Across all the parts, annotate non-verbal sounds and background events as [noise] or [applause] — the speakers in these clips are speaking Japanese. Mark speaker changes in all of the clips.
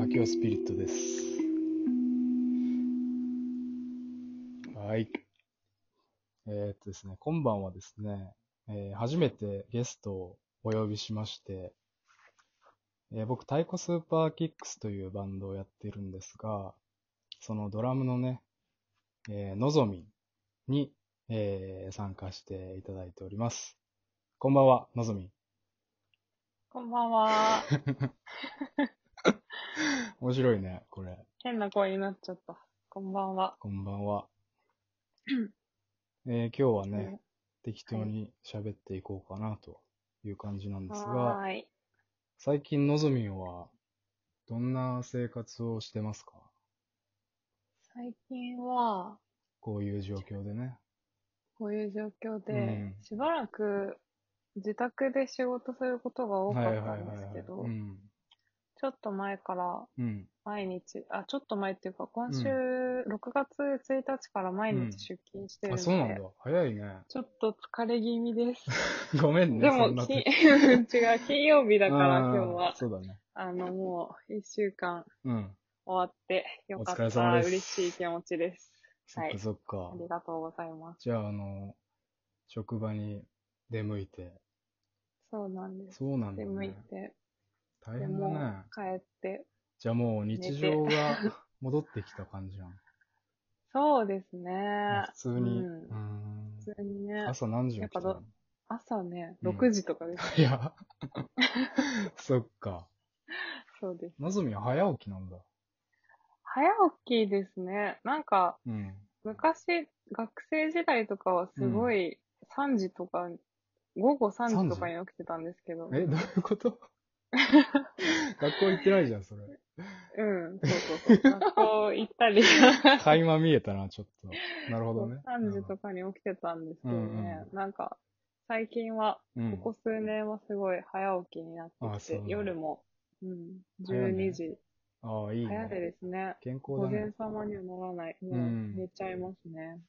Speaker 1: 秋はスピリットです。はい。えー、っとですね、今晩はですね、えー初めてゲストをお呼びしまして、えー僕、太鼓スーパーキックスというバンドをやってるんですが、そのドラムのね、えーのぞみんに、えー参加していただいております。こんばんは、のぞみん。
Speaker 2: こんばんは。
Speaker 1: 面白いね、これ。
Speaker 2: 変な声になっちゃった。こんばんは。
Speaker 1: こんばんは。えー今日はね、適当に喋っていこうかなという感じなんです
Speaker 2: は
Speaker 1: が、
Speaker 2: ーい。
Speaker 1: 最近のぞみんはどんな生活をしてますか
Speaker 2: 最近は、
Speaker 1: こういう状況でね。
Speaker 2: こういう状況で、
Speaker 1: うん
Speaker 2: しばらく自宅で仕事することが多かったんですけど
Speaker 1: う、ん。
Speaker 2: ちょっと前から
Speaker 1: うん。
Speaker 2: 毎日、あ、ちょっと前っていうか、今週
Speaker 1: う
Speaker 2: 6月1日から毎
Speaker 1: うん
Speaker 2: 日出勤してる
Speaker 1: あ、
Speaker 2: ので、
Speaker 1: そうなんだ。早いね。 [laughs]
Speaker 2: ちょっと疲れ気味です。
Speaker 1: ごめ [laughs] んね。
Speaker 2: で
Speaker 1: そんな
Speaker 2: も、
Speaker 1: 時
Speaker 2: き違う、金曜日 [laughs] だから
Speaker 1: あー
Speaker 2: 今日は、
Speaker 1: そうだね。
Speaker 2: あの、もう1週間
Speaker 1: うん。
Speaker 2: 終わって、よか
Speaker 1: お疲れ
Speaker 2: っ
Speaker 1: 様
Speaker 2: た。
Speaker 1: です
Speaker 2: 嬉しい気持ちです。
Speaker 1: そ
Speaker 2: は
Speaker 1: っ
Speaker 2: い
Speaker 1: かそっか。
Speaker 2: ありがとうございます。
Speaker 1: じゃあ、あの、職場に出向いて。
Speaker 2: そうなんです。
Speaker 1: そうなんだ、
Speaker 2: 出向い
Speaker 1: ね。
Speaker 2: て、
Speaker 1: 大
Speaker 2: で
Speaker 1: 変だ
Speaker 2: も
Speaker 1: ね。
Speaker 2: 帰って。
Speaker 1: じゃあもう日常が戻ってきた感
Speaker 2: [laughs]
Speaker 1: じなん。
Speaker 2: そうです
Speaker 1: ま
Speaker 2: ね
Speaker 1: あ。普通に。
Speaker 2: うん
Speaker 1: うーん
Speaker 2: 普通にね、
Speaker 1: 朝何時に起きてた
Speaker 2: やっ
Speaker 1: の
Speaker 2: 朝ね、
Speaker 1: うん
Speaker 2: 6時とかです。
Speaker 1: いや、 [laughs] そっか。
Speaker 2: そうです。
Speaker 1: なぞみは早起きなんだ。
Speaker 2: 早起きですね。なんか、
Speaker 1: うん。
Speaker 2: 昔、学生時代とかはすごい、3時とか、午後3時とかに起きてたんですけど。
Speaker 1: え、どういうこと
Speaker 2: [laughs]
Speaker 1: 学校行ってないじゃん、それ。
Speaker 2: うん、そうそうそう。学校行った
Speaker 1: [laughs]
Speaker 2: り。
Speaker 1: 垣間見えたな、ちょっと。なるほどね。
Speaker 2: 3時とかに起きてたんですけどね、
Speaker 1: うん
Speaker 2: なんか、最近は、
Speaker 1: うん
Speaker 2: ここ数年はすごい早起きになって
Speaker 1: あ
Speaker 2: き
Speaker 1: そう
Speaker 2: て、
Speaker 1: なんだ
Speaker 2: 夜も、うん、
Speaker 1: 早いね
Speaker 2: 12時。
Speaker 1: ああ、いい
Speaker 2: 早い
Speaker 1: ね。
Speaker 2: ですね。
Speaker 1: 健康
Speaker 2: 午
Speaker 1: だ
Speaker 2: 前
Speaker 1: ね。
Speaker 2: 様にはならない。も
Speaker 1: う
Speaker 2: うん寝ちゃいますね。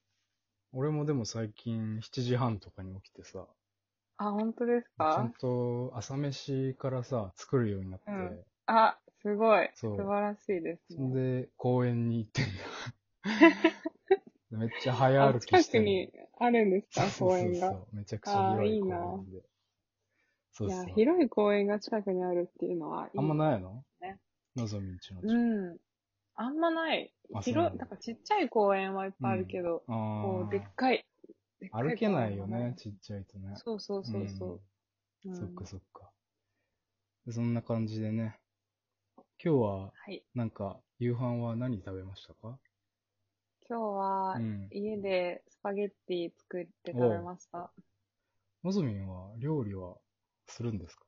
Speaker 1: 俺もでも最近7時半とかに起きてさ、
Speaker 2: あ、本当です
Speaker 1: ちゃ
Speaker 2: か
Speaker 1: んと朝飯からさ、作るようになって、
Speaker 2: うんあ、すごい。
Speaker 1: そ
Speaker 2: 素
Speaker 1: う
Speaker 2: 晴らしいです
Speaker 1: そん
Speaker 2: ね。
Speaker 1: で公園に行ってんだ。めっちゃ早
Speaker 2: あ
Speaker 1: 歩き
Speaker 2: 近
Speaker 1: して
Speaker 2: く
Speaker 1: る
Speaker 2: にあるんですか
Speaker 1: [laughs] そう
Speaker 2: 公
Speaker 1: そう
Speaker 2: 園
Speaker 1: そ
Speaker 2: が。
Speaker 1: う。めちゃくちゃ広い
Speaker 2: あーいい
Speaker 1: 公
Speaker 2: な
Speaker 1: 園で。そう
Speaker 2: い
Speaker 1: そう
Speaker 2: や、。広い公園が近くにあるっていうのはいい。
Speaker 1: あんまないの
Speaker 2: ね
Speaker 1: のぞみんちの
Speaker 2: う
Speaker 1: 近く。
Speaker 2: ん。あんまない
Speaker 1: あ。そうなん
Speaker 2: 広
Speaker 1: だ
Speaker 2: い、なんかちっちゃい公園はいっぱいあるけど、
Speaker 1: あ
Speaker 2: こう、でっ
Speaker 1: ー
Speaker 2: かい。でっかい
Speaker 1: 歩けないよ
Speaker 2: 公園は
Speaker 1: ね、。ちっちゃいとね。
Speaker 2: そうそうそうそう。うんん
Speaker 1: そっかそっか。そんな感じでね。今日は、
Speaker 2: はい。
Speaker 1: なんか、夕飯は何食べましたか
Speaker 2: 今日
Speaker 1: う
Speaker 2: は、
Speaker 1: ん。
Speaker 2: 家でスパゲッティ作って食べました。
Speaker 1: のぞみんは料理はするんですか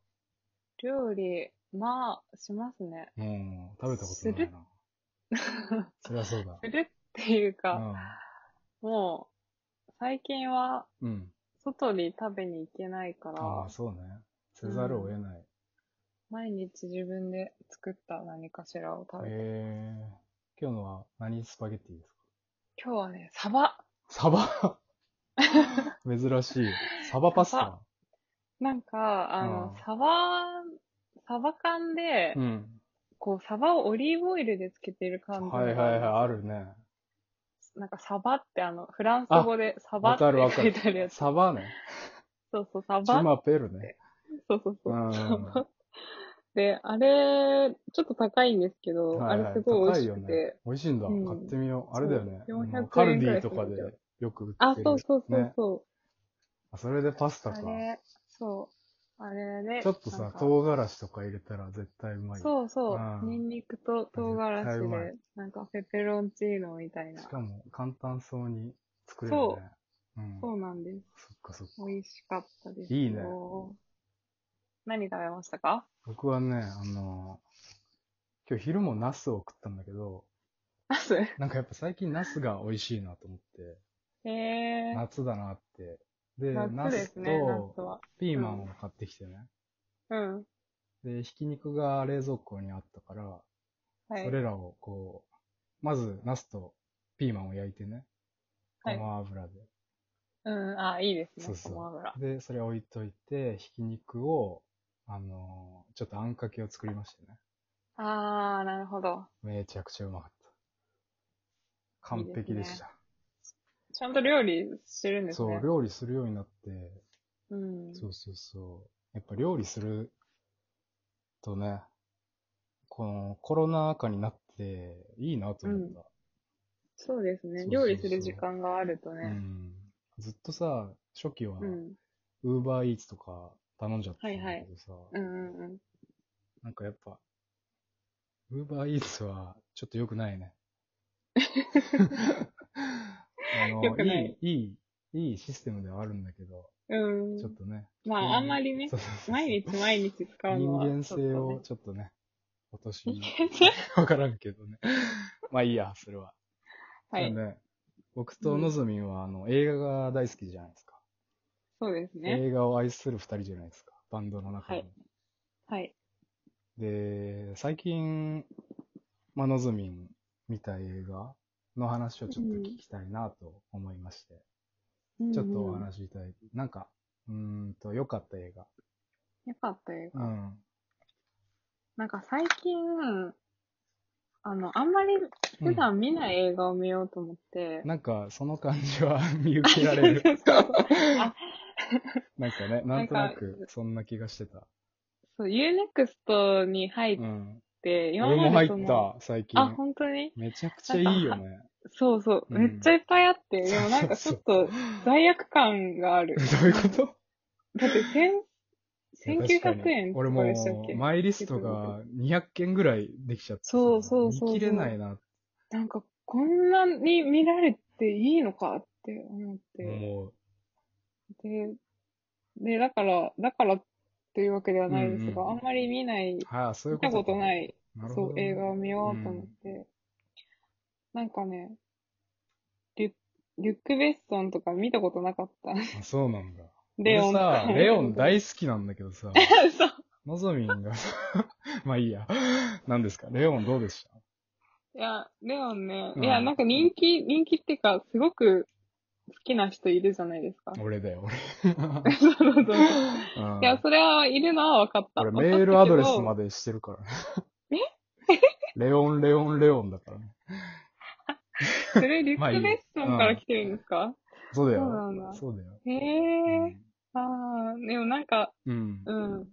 Speaker 2: 料理、まあ、しますね。
Speaker 1: うん。食べたことないな。 [laughs] そりゃそう
Speaker 2: [laughs]
Speaker 1: だ。
Speaker 2: するっていうか、
Speaker 1: う
Speaker 2: もう、最近は、
Speaker 1: ん。うん。
Speaker 2: 外に食べに行けないか
Speaker 1: あ
Speaker 2: ら
Speaker 1: あ、、そうね。せざるを得ない。
Speaker 2: 毎日自分で作った何かしらを食べて、
Speaker 1: えー、今日のは何スパゲッティですか
Speaker 2: 今日はね、サバ
Speaker 1: サバ
Speaker 2: [laughs]
Speaker 1: 珍しい。サバパスタ
Speaker 2: なんか、あの
Speaker 1: あ、ー
Speaker 2: サバ、サバ缶で、
Speaker 1: うん。
Speaker 2: こう、サバをオリーブオイルでつけてる感じ。
Speaker 1: はいはいはい、あるね。
Speaker 2: なんか、サバってあの、フランス語でサバ
Speaker 1: わ
Speaker 2: って
Speaker 1: かるわか
Speaker 2: 書いてある
Speaker 1: る
Speaker 2: や。つ。
Speaker 1: サバね。
Speaker 2: そうそう、サ
Speaker 1: チ
Speaker 2: バ。
Speaker 1: マペルね。
Speaker 2: そうそう
Speaker 1: う
Speaker 2: そう。
Speaker 1: ん。
Speaker 2: で、あれ、ちょっと高いんですけど、
Speaker 1: はいは
Speaker 2: あれすごい美味し
Speaker 1: 高
Speaker 2: く
Speaker 1: よ
Speaker 2: て。
Speaker 1: ね。美味しいんだ。
Speaker 2: うん
Speaker 1: 買ってみよう。あれだよね。あ
Speaker 2: そう400
Speaker 1: のカルディ
Speaker 2: 円
Speaker 1: と
Speaker 2: くら
Speaker 1: か
Speaker 2: いする
Speaker 1: で
Speaker 2: じゃん
Speaker 1: よく売ってる。
Speaker 2: あ、そうそうそう
Speaker 1: ね。
Speaker 2: そ
Speaker 1: あそれでパス
Speaker 2: う、
Speaker 1: タか
Speaker 2: あ。れ、そう。あれで、
Speaker 1: ちょっと
Speaker 2: なん
Speaker 1: さ、
Speaker 2: か
Speaker 1: 唐辛子とか入れたら絶対うまい。
Speaker 2: そうそうう、
Speaker 1: ん
Speaker 2: ニンニクと唐辛
Speaker 1: 絶対う
Speaker 2: 子
Speaker 1: ま
Speaker 2: で
Speaker 1: い、
Speaker 2: なんかペペロンチーノみたいな
Speaker 1: し。かも、簡単そうに作れるね。
Speaker 2: そ
Speaker 1: うん。
Speaker 2: そうなんです。
Speaker 1: そっかそっか。
Speaker 2: 美味しかったですよ。
Speaker 1: いいね
Speaker 2: 何食べましたか [laughs]
Speaker 1: 僕はね、あの今日昼もナスを食ったんだけど、
Speaker 2: ナスへ
Speaker 1: なんかやっぱ最近ナスが美味しいなと思って、
Speaker 2: えー。
Speaker 1: 夏だなって。で、ナ
Speaker 2: 夏で
Speaker 1: ス
Speaker 2: すね、夏
Speaker 1: と
Speaker 2: は。
Speaker 1: ピーマンを買ってきてね。
Speaker 2: うん。
Speaker 1: で、ひき肉が冷蔵庫にあったから、
Speaker 2: はい
Speaker 1: そ。れらをこう、まずナスとピーマンを焼いてね、ご
Speaker 2: はい
Speaker 1: ま油で。
Speaker 2: うん、あ、いいですね、
Speaker 1: そうそう
Speaker 2: ごま油。
Speaker 1: で、それ置いといて、ひき肉を、あのちょっとあんかけを作りましてね。
Speaker 2: あー、なるほど。
Speaker 1: めちゃくちゃうまかった。完璧でした。
Speaker 2: ちゃんと料理してるんです
Speaker 1: そ
Speaker 2: ね。
Speaker 1: う、料理するようになって、
Speaker 2: うん。
Speaker 1: そうそうそう。やっぱ料理するとね、このコロナ禍になっていいなと思った。
Speaker 2: そうですね。
Speaker 1: そうそうそ
Speaker 2: 料
Speaker 1: う
Speaker 2: 理する時間があると
Speaker 1: う
Speaker 2: ね。
Speaker 1: ずっとさ、初期は
Speaker 2: う、ん。
Speaker 1: ウーバーイーツとか頼んじゃってたんだけどさ、
Speaker 2: うんうんうん。
Speaker 1: なんかやっぱ、ウーバーイーツはちょっと良くない
Speaker 2: [laughs]
Speaker 1: ね。あの
Speaker 2: 良くない
Speaker 1: いい、いい、いいシステムではあるんだけど、
Speaker 2: うん。
Speaker 1: ちょっとね。
Speaker 2: まあ、あんまりね
Speaker 1: そ、うそうそうそう
Speaker 2: 毎日毎日使うの
Speaker 1: 人
Speaker 2: は、
Speaker 1: 間
Speaker 2: ちょっとね
Speaker 1: 性をちょっとね、落とし
Speaker 2: 人間性
Speaker 1: わからんけどね。 [laughs] まあいいや、それは。な
Speaker 2: は
Speaker 1: いん。で僕とのぞみんは、あの、映画が大好きじゃないですか。
Speaker 2: そうですね。
Speaker 1: 映画を愛する二人じゃないですか。バンドの中でも。
Speaker 2: はいはい。
Speaker 1: で、最近、まあ、のぞみん見た映画の話をちょっと聞きたいなと思いまして、ちょっとお
Speaker 2: うんうん
Speaker 1: 話しいただいて、なんか、うーんと、良かった映画。
Speaker 2: よかった映
Speaker 1: う
Speaker 2: 画。
Speaker 1: ん。
Speaker 2: なんか最近、あの、あんまり普段見ない映画を見ようと思って。
Speaker 1: [laughs] なんか、その感じは [laughs] 見受けられ
Speaker 2: [laughs]
Speaker 1: る。
Speaker 2: あ
Speaker 1: なんかね、なんとなく、そんな気がしてた。
Speaker 2: そう、UNEXT に入っ
Speaker 1: うん。
Speaker 2: て、今
Speaker 1: 俺も
Speaker 2: ま
Speaker 1: 入
Speaker 2: でその
Speaker 1: った、最近
Speaker 2: あ、。本当に
Speaker 1: めちゃくちゃいいよね。
Speaker 2: そうそう。
Speaker 1: うん。
Speaker 2: めっちゃいっぱいあって、でもなんかちょっと罪悪感がある
Speaker 1: どういうこと
Speaker 2: だって千、1900円と
Speaker 1: 俺
Speaker 2: かでしたっ
Speaker 1: も
Speaker 2: け
Speaker 1: う、マイリストが200件ぐらいできちゃってさ。
Speaker 2: そうそうそうそう
Speaker 1: 見切れないなって
Speaker 2: なんかこんなに見られていいのかって思って。
Speaker 1: 思う。
Speaker 2: で、で、だから、だからっていうわけではないですが、
Speaker 1: うんうん
Speaker 2: あんまり見ない、
Speaker 1: はい、そうい
Speaker 2: 見
Speaker 1: うこと。。
Speaker 2: たことないい
Speaker 1: なるほど
Speaker 2: そう、
Speaker 1: ね
Speaker 2: 映画を見ようと思って。なんかね、リュリュック・ベッソンとか見たことなかった。
Speaker 1: あそうなんだ。
Speaker 2: レオンと
Speaker 1: 俺
Speaker 2: か
Speaker 1: さ、
Speaker 2: も
Speaker 1: レオン大好きなんだけど
Speaker 2: [laughs]
Speaker 1: さ、
Speaker 2: そう。
Speaker 1: のぞみんがさ、 [laughs] まあいいや。何ですかレオンどうでし
Speaker 2: いや、レオンね、
Speaker 1: うん
Speaker 2: いや、なんか人気、人気っていうか、すごく好きな人いるじゃないですか
Speaker 1: た。俺だよ、俺。
Speaker 2: そう [laughs] そうそう。
Speaker 1: うん
Speaker 2: いや、それは、いるのは分かった。
Speaker 1: 俺メールアドレスま
Speaker 2: で。
Speaker 1: でしてるからね。 [laughs] レオン、レオン、レオンだからね。
Speaker 2: それ、リュ
Speaker 1: まあい
Speaker 2: ッ
Speaker 1: い
Speaker 2: ク・ベッソンから来てるんですか、
Speaker 1: そうだ
Speaker 2: そうなん
Speaker 1: よ
Speaker 2: だ。
Speaker 1: そうだよ。
Speaker 2: へえ。あー、でもなんか、
Speaker 1: うん。
Speaker 2: うん。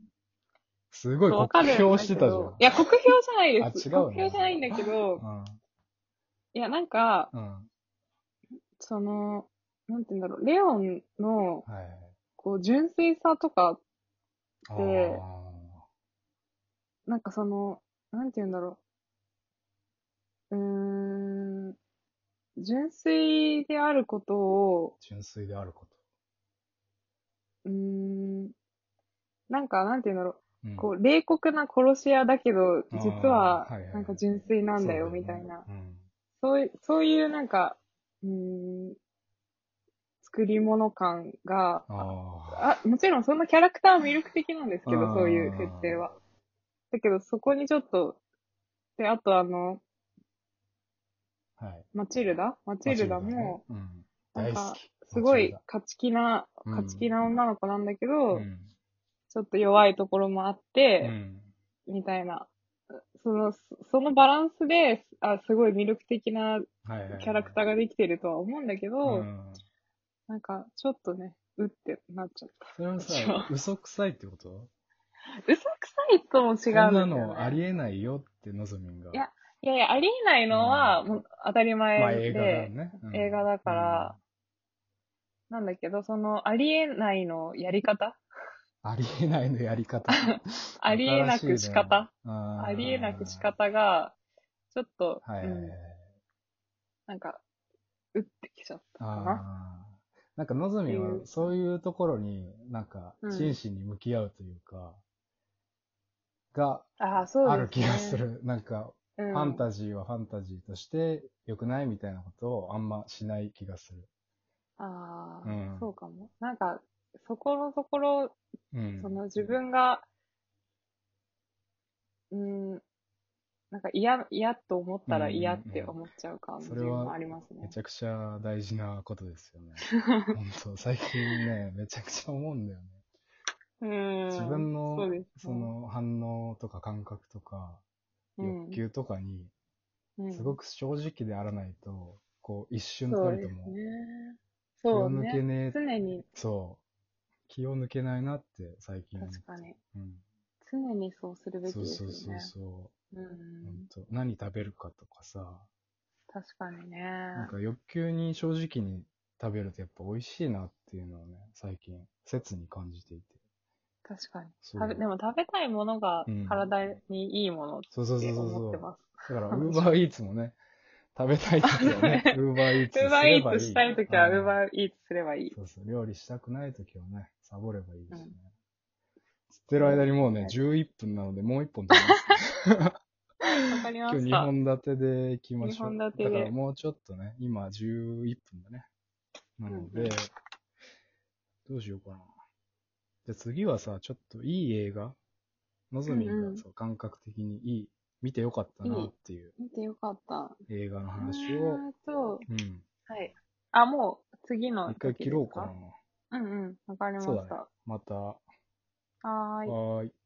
Speaker 1: すごい
Speaker 2: そう
Speaker 1: 酷評してたじゃん。
Speaker 2: いや、酷評じゃないです。
Speaker 1: あ違うね
Speaker 2: 酷評じゃないんだけど、
Speaker 1: う
Speaker 2: いや、なんか、
Speaker 1: ん。うん。は
Speaker 2: その、なんて言うんだろう、レオンの、
Speaker 1: いはい。
Speaker 2: こう、純粋さとか、
Speaker 1: あー
Speaker 2: でなんかその、なんて言うんだろう。うーん、純粋であることを、
Speaker 1: 純粋であること。
Speaker 2: うーん、なんか、なんて言うんだろ
Speaker 1: うん
Speaker 2: う。こう、冷酷な殺し屋だけど、
Speaker 1: あー
Speaker 2: 実は
Speaker 1: はいはいはい、
Speaker 2: なんか純粋なんだよ、
Speaker 1: そうね
Speaker 2: みたいな。
Speaker 1: うん
Speaker 2: そういう、そういうなんか、うーん、作り物感が、
Speaker 1: あ
Speaker 2: あ、もちろんそんなキャラクターは魅力的なんですけ
Speaker 1: あ
Speaker 2: ど、
Speaker 1: ー
Speaker 2: そういう設定は。だけど、そこにちょっと、で、あとあの、
Speaker 1: あ。はい。
Speaker 2: マチルダマチルダ
Speaker 1: マチルダね
Speaker 2: も、
Speaker 1: うん
Speaker 2: な
Speaker 1: 大
Speaker 2: ん
Speaker 1: 好
Speaker 2: か
Speaker 1: き。
Speaker 2: すご
Speaker 1: マチル
Speaker 2: い
Speaker 1: ダ、
Speaker 2: 勝ち気な、
Speaker 1: うん
Speaker 2: 勝ち気な女の子なんだけど、
Speaker 1: うん
Speaker 2: ちょっと弱いところもあっ
Speaker 1: う
Speaker 2: て、
Speaker 1: ん
Speaker 2: みたいな。その、そそのバランスで、あ、すごい魅力的な
Speaker 1: はいはいはい
Speaker 2: キャラクターができてるとは思うんだけど、
Speaker 1: うん
Speaker 2: なんか、ちょっとね、うってなっちゃった。
Speaker 1: それは
Speaker 2: 違う
Speaker 1: さ、嘘くさいってこと
Speaker 2: 嘘くさいとも違うんです
Speaker 1: そん
Speaker 2: よ、
Speaker 1: な
Speaker 2: ね。
Speaker 1: のありえないよってのぞみんが。
Speaker 2: いやいやいや、ありえないのは、
Speaker 1: うん
Speaker 2: もう当たり前で、
Speaker 1: まあ映画だよね。うん
Speaker 2: 映画だから、なんだけど、その、ありえないのやり方
Speaker 1: うんありえないのやり方。
Speaker 2: [laughs] ありえなく仕方、
Speaker 1: あ
Speaker 2: ありえなく仕。方が、ちょっと、
Speaker 1: はいは
Speaker 2: う
Speaker 1: いはい
Speaker 2: ん、なんか、打ってきちゃったか
Speaker 1: あ
Speaker 2: な。
Speaker 1: ーなんか、のぞみは
Speaker 2: ってい、う
Speaker 1: そういうところに、なんか、
Speaker 2: うん
Speaker 1: 真摯に向き合うというか、が、
Speaker 2: ああ、そうです、ね。
Speaker 1: ある気がす。る。なんか、
Speaker 2: うん、
Speaker 1: ファンタジーはファンタジーとして良くないみたいなことをあんましない気がする。
Speaker 2: ああ、
Speaker 1: うん
Speaker 2: そうかも。なんか、そこのところ、
Speaker 1: うん。
Speaker 2: その自分が、うん、なんか嫌、嫌と思ったら嫌って思っちゃう感じ
Speaker 1: それは
Speaker 2: もあります
Speaker 1: め
Speaker 2: ね。
Speaker 1: ちゃくちゃ大事なことですよね。
Speaker 2: [laughs]
Speaker 1: 本当最近ね、めちゃくちゃ思うんだよね。
Speaker 2: うん。
Speaker 1: 自分の
Speaker 2: そうですね
Speaker 1: その反応とか感覚とか、欲求とかに、
Speaker 2: うん
Speaker 1: すご
Speaker 2: く
Speaker 1: く正直であらないと、こう、一瞬た
Speaker 2: そう
Speaker 1: り
Speaker 2: で
Speaker 1: と
Speaker 2: すね
Speaker 1: も、。気
Speaker 2: そ
Speaker 1: を
Speaker 2: う
Speaker 1: 抜け
Speaker 2: ね。
Speaker 1: ねえ、
Speaker 2: 常に、
Speaker 1: そう、気を抜けないなって最近思っ
Speaker 2: 確かに。
Speaker 1: う
Speaker 2: 常にそうする
Speaker 1: ん。
Speaker 2: べき
Speaker 1: そう
Speaker 2: で
Speaker 1: そ
Speaker 2: す
Speaker 1: う
Speaker 2: よね。
Speaker 1: そうそうう、
Speaker 2: ん
Speaker 1: ほんと何食べるかとかさ、
Speaker 2: 確かにね。
Speaker 1: なんか欲求に正直に食べるとやっぱ美味しいなっていうのをね、最近、切に感じていて。
Speaker 2: 確かに。
Speaker 1: そう
Speaker 2: 食べ、でも食べたいものが
Speaker 1: うん
Speaker 2: 体にいいものっ
Speaker 1: そうそうそ
Speaker 2: て
Speaker 1: うそう
Speaker 2: 思
Speaker 1: そ
Speaker 2: っ
Speaker 1: う。
Speaker 2: て
Speaker 1: だ
Speaker 2: ます。
Speaker 1: から、ウーバーイーツもね、食べたい時
Speaker 2: [laughs]
Speaker 1: はね、ウーバーイーツ。
Speaker 2: ウーバーイーツしたいときは、ウー
Speaker 1: ー
Speaker 2: バーイーツすればいい。
Speaker 1: そうそう、料理したくない時はね、サボればいいですね。
Speaker 2: うん
Speaker 1: つってる間にもうね、11分なので、もう1本取ります。
Speaker 2: わかりま
Speaker 1: 今日
Speaker 2: し
Speaker 1: 2
Speaker 2: た。
Speaker 1: 本立てでいきましょう。
Speaker 2: 二本立てで
Speaker 1: だからもうちょっとね、今11分だね。なので、
Speaker 2: うんう
Speaker 1: どうしようかな。じゃあ次はさ、ちょっといい映画のぞみんが、
Speaker 2: うんうん
Speaker 1: そう感覚的にいい、見てよかったなっていう
Speaker 2: 見てよかった。
Speaker 1: 映画の話
Speaker 2: え
Speaker 1: を、
Speaker 2: ーと、
Speaker 1: うん、
Speaker 2: はい。あ、もう、次の
Speaker 1: 一回切ろう
Speaker 2: 時
Speaker 1: かな
Speaker 2: です。うんうん、わかりまし
Speaker 1: そうだ
Speaker 2: た。
Speaker 1: また、は
Speaker 2: はー
Speaker 1: ー
Speaker 2: い。
Speaker 1: い。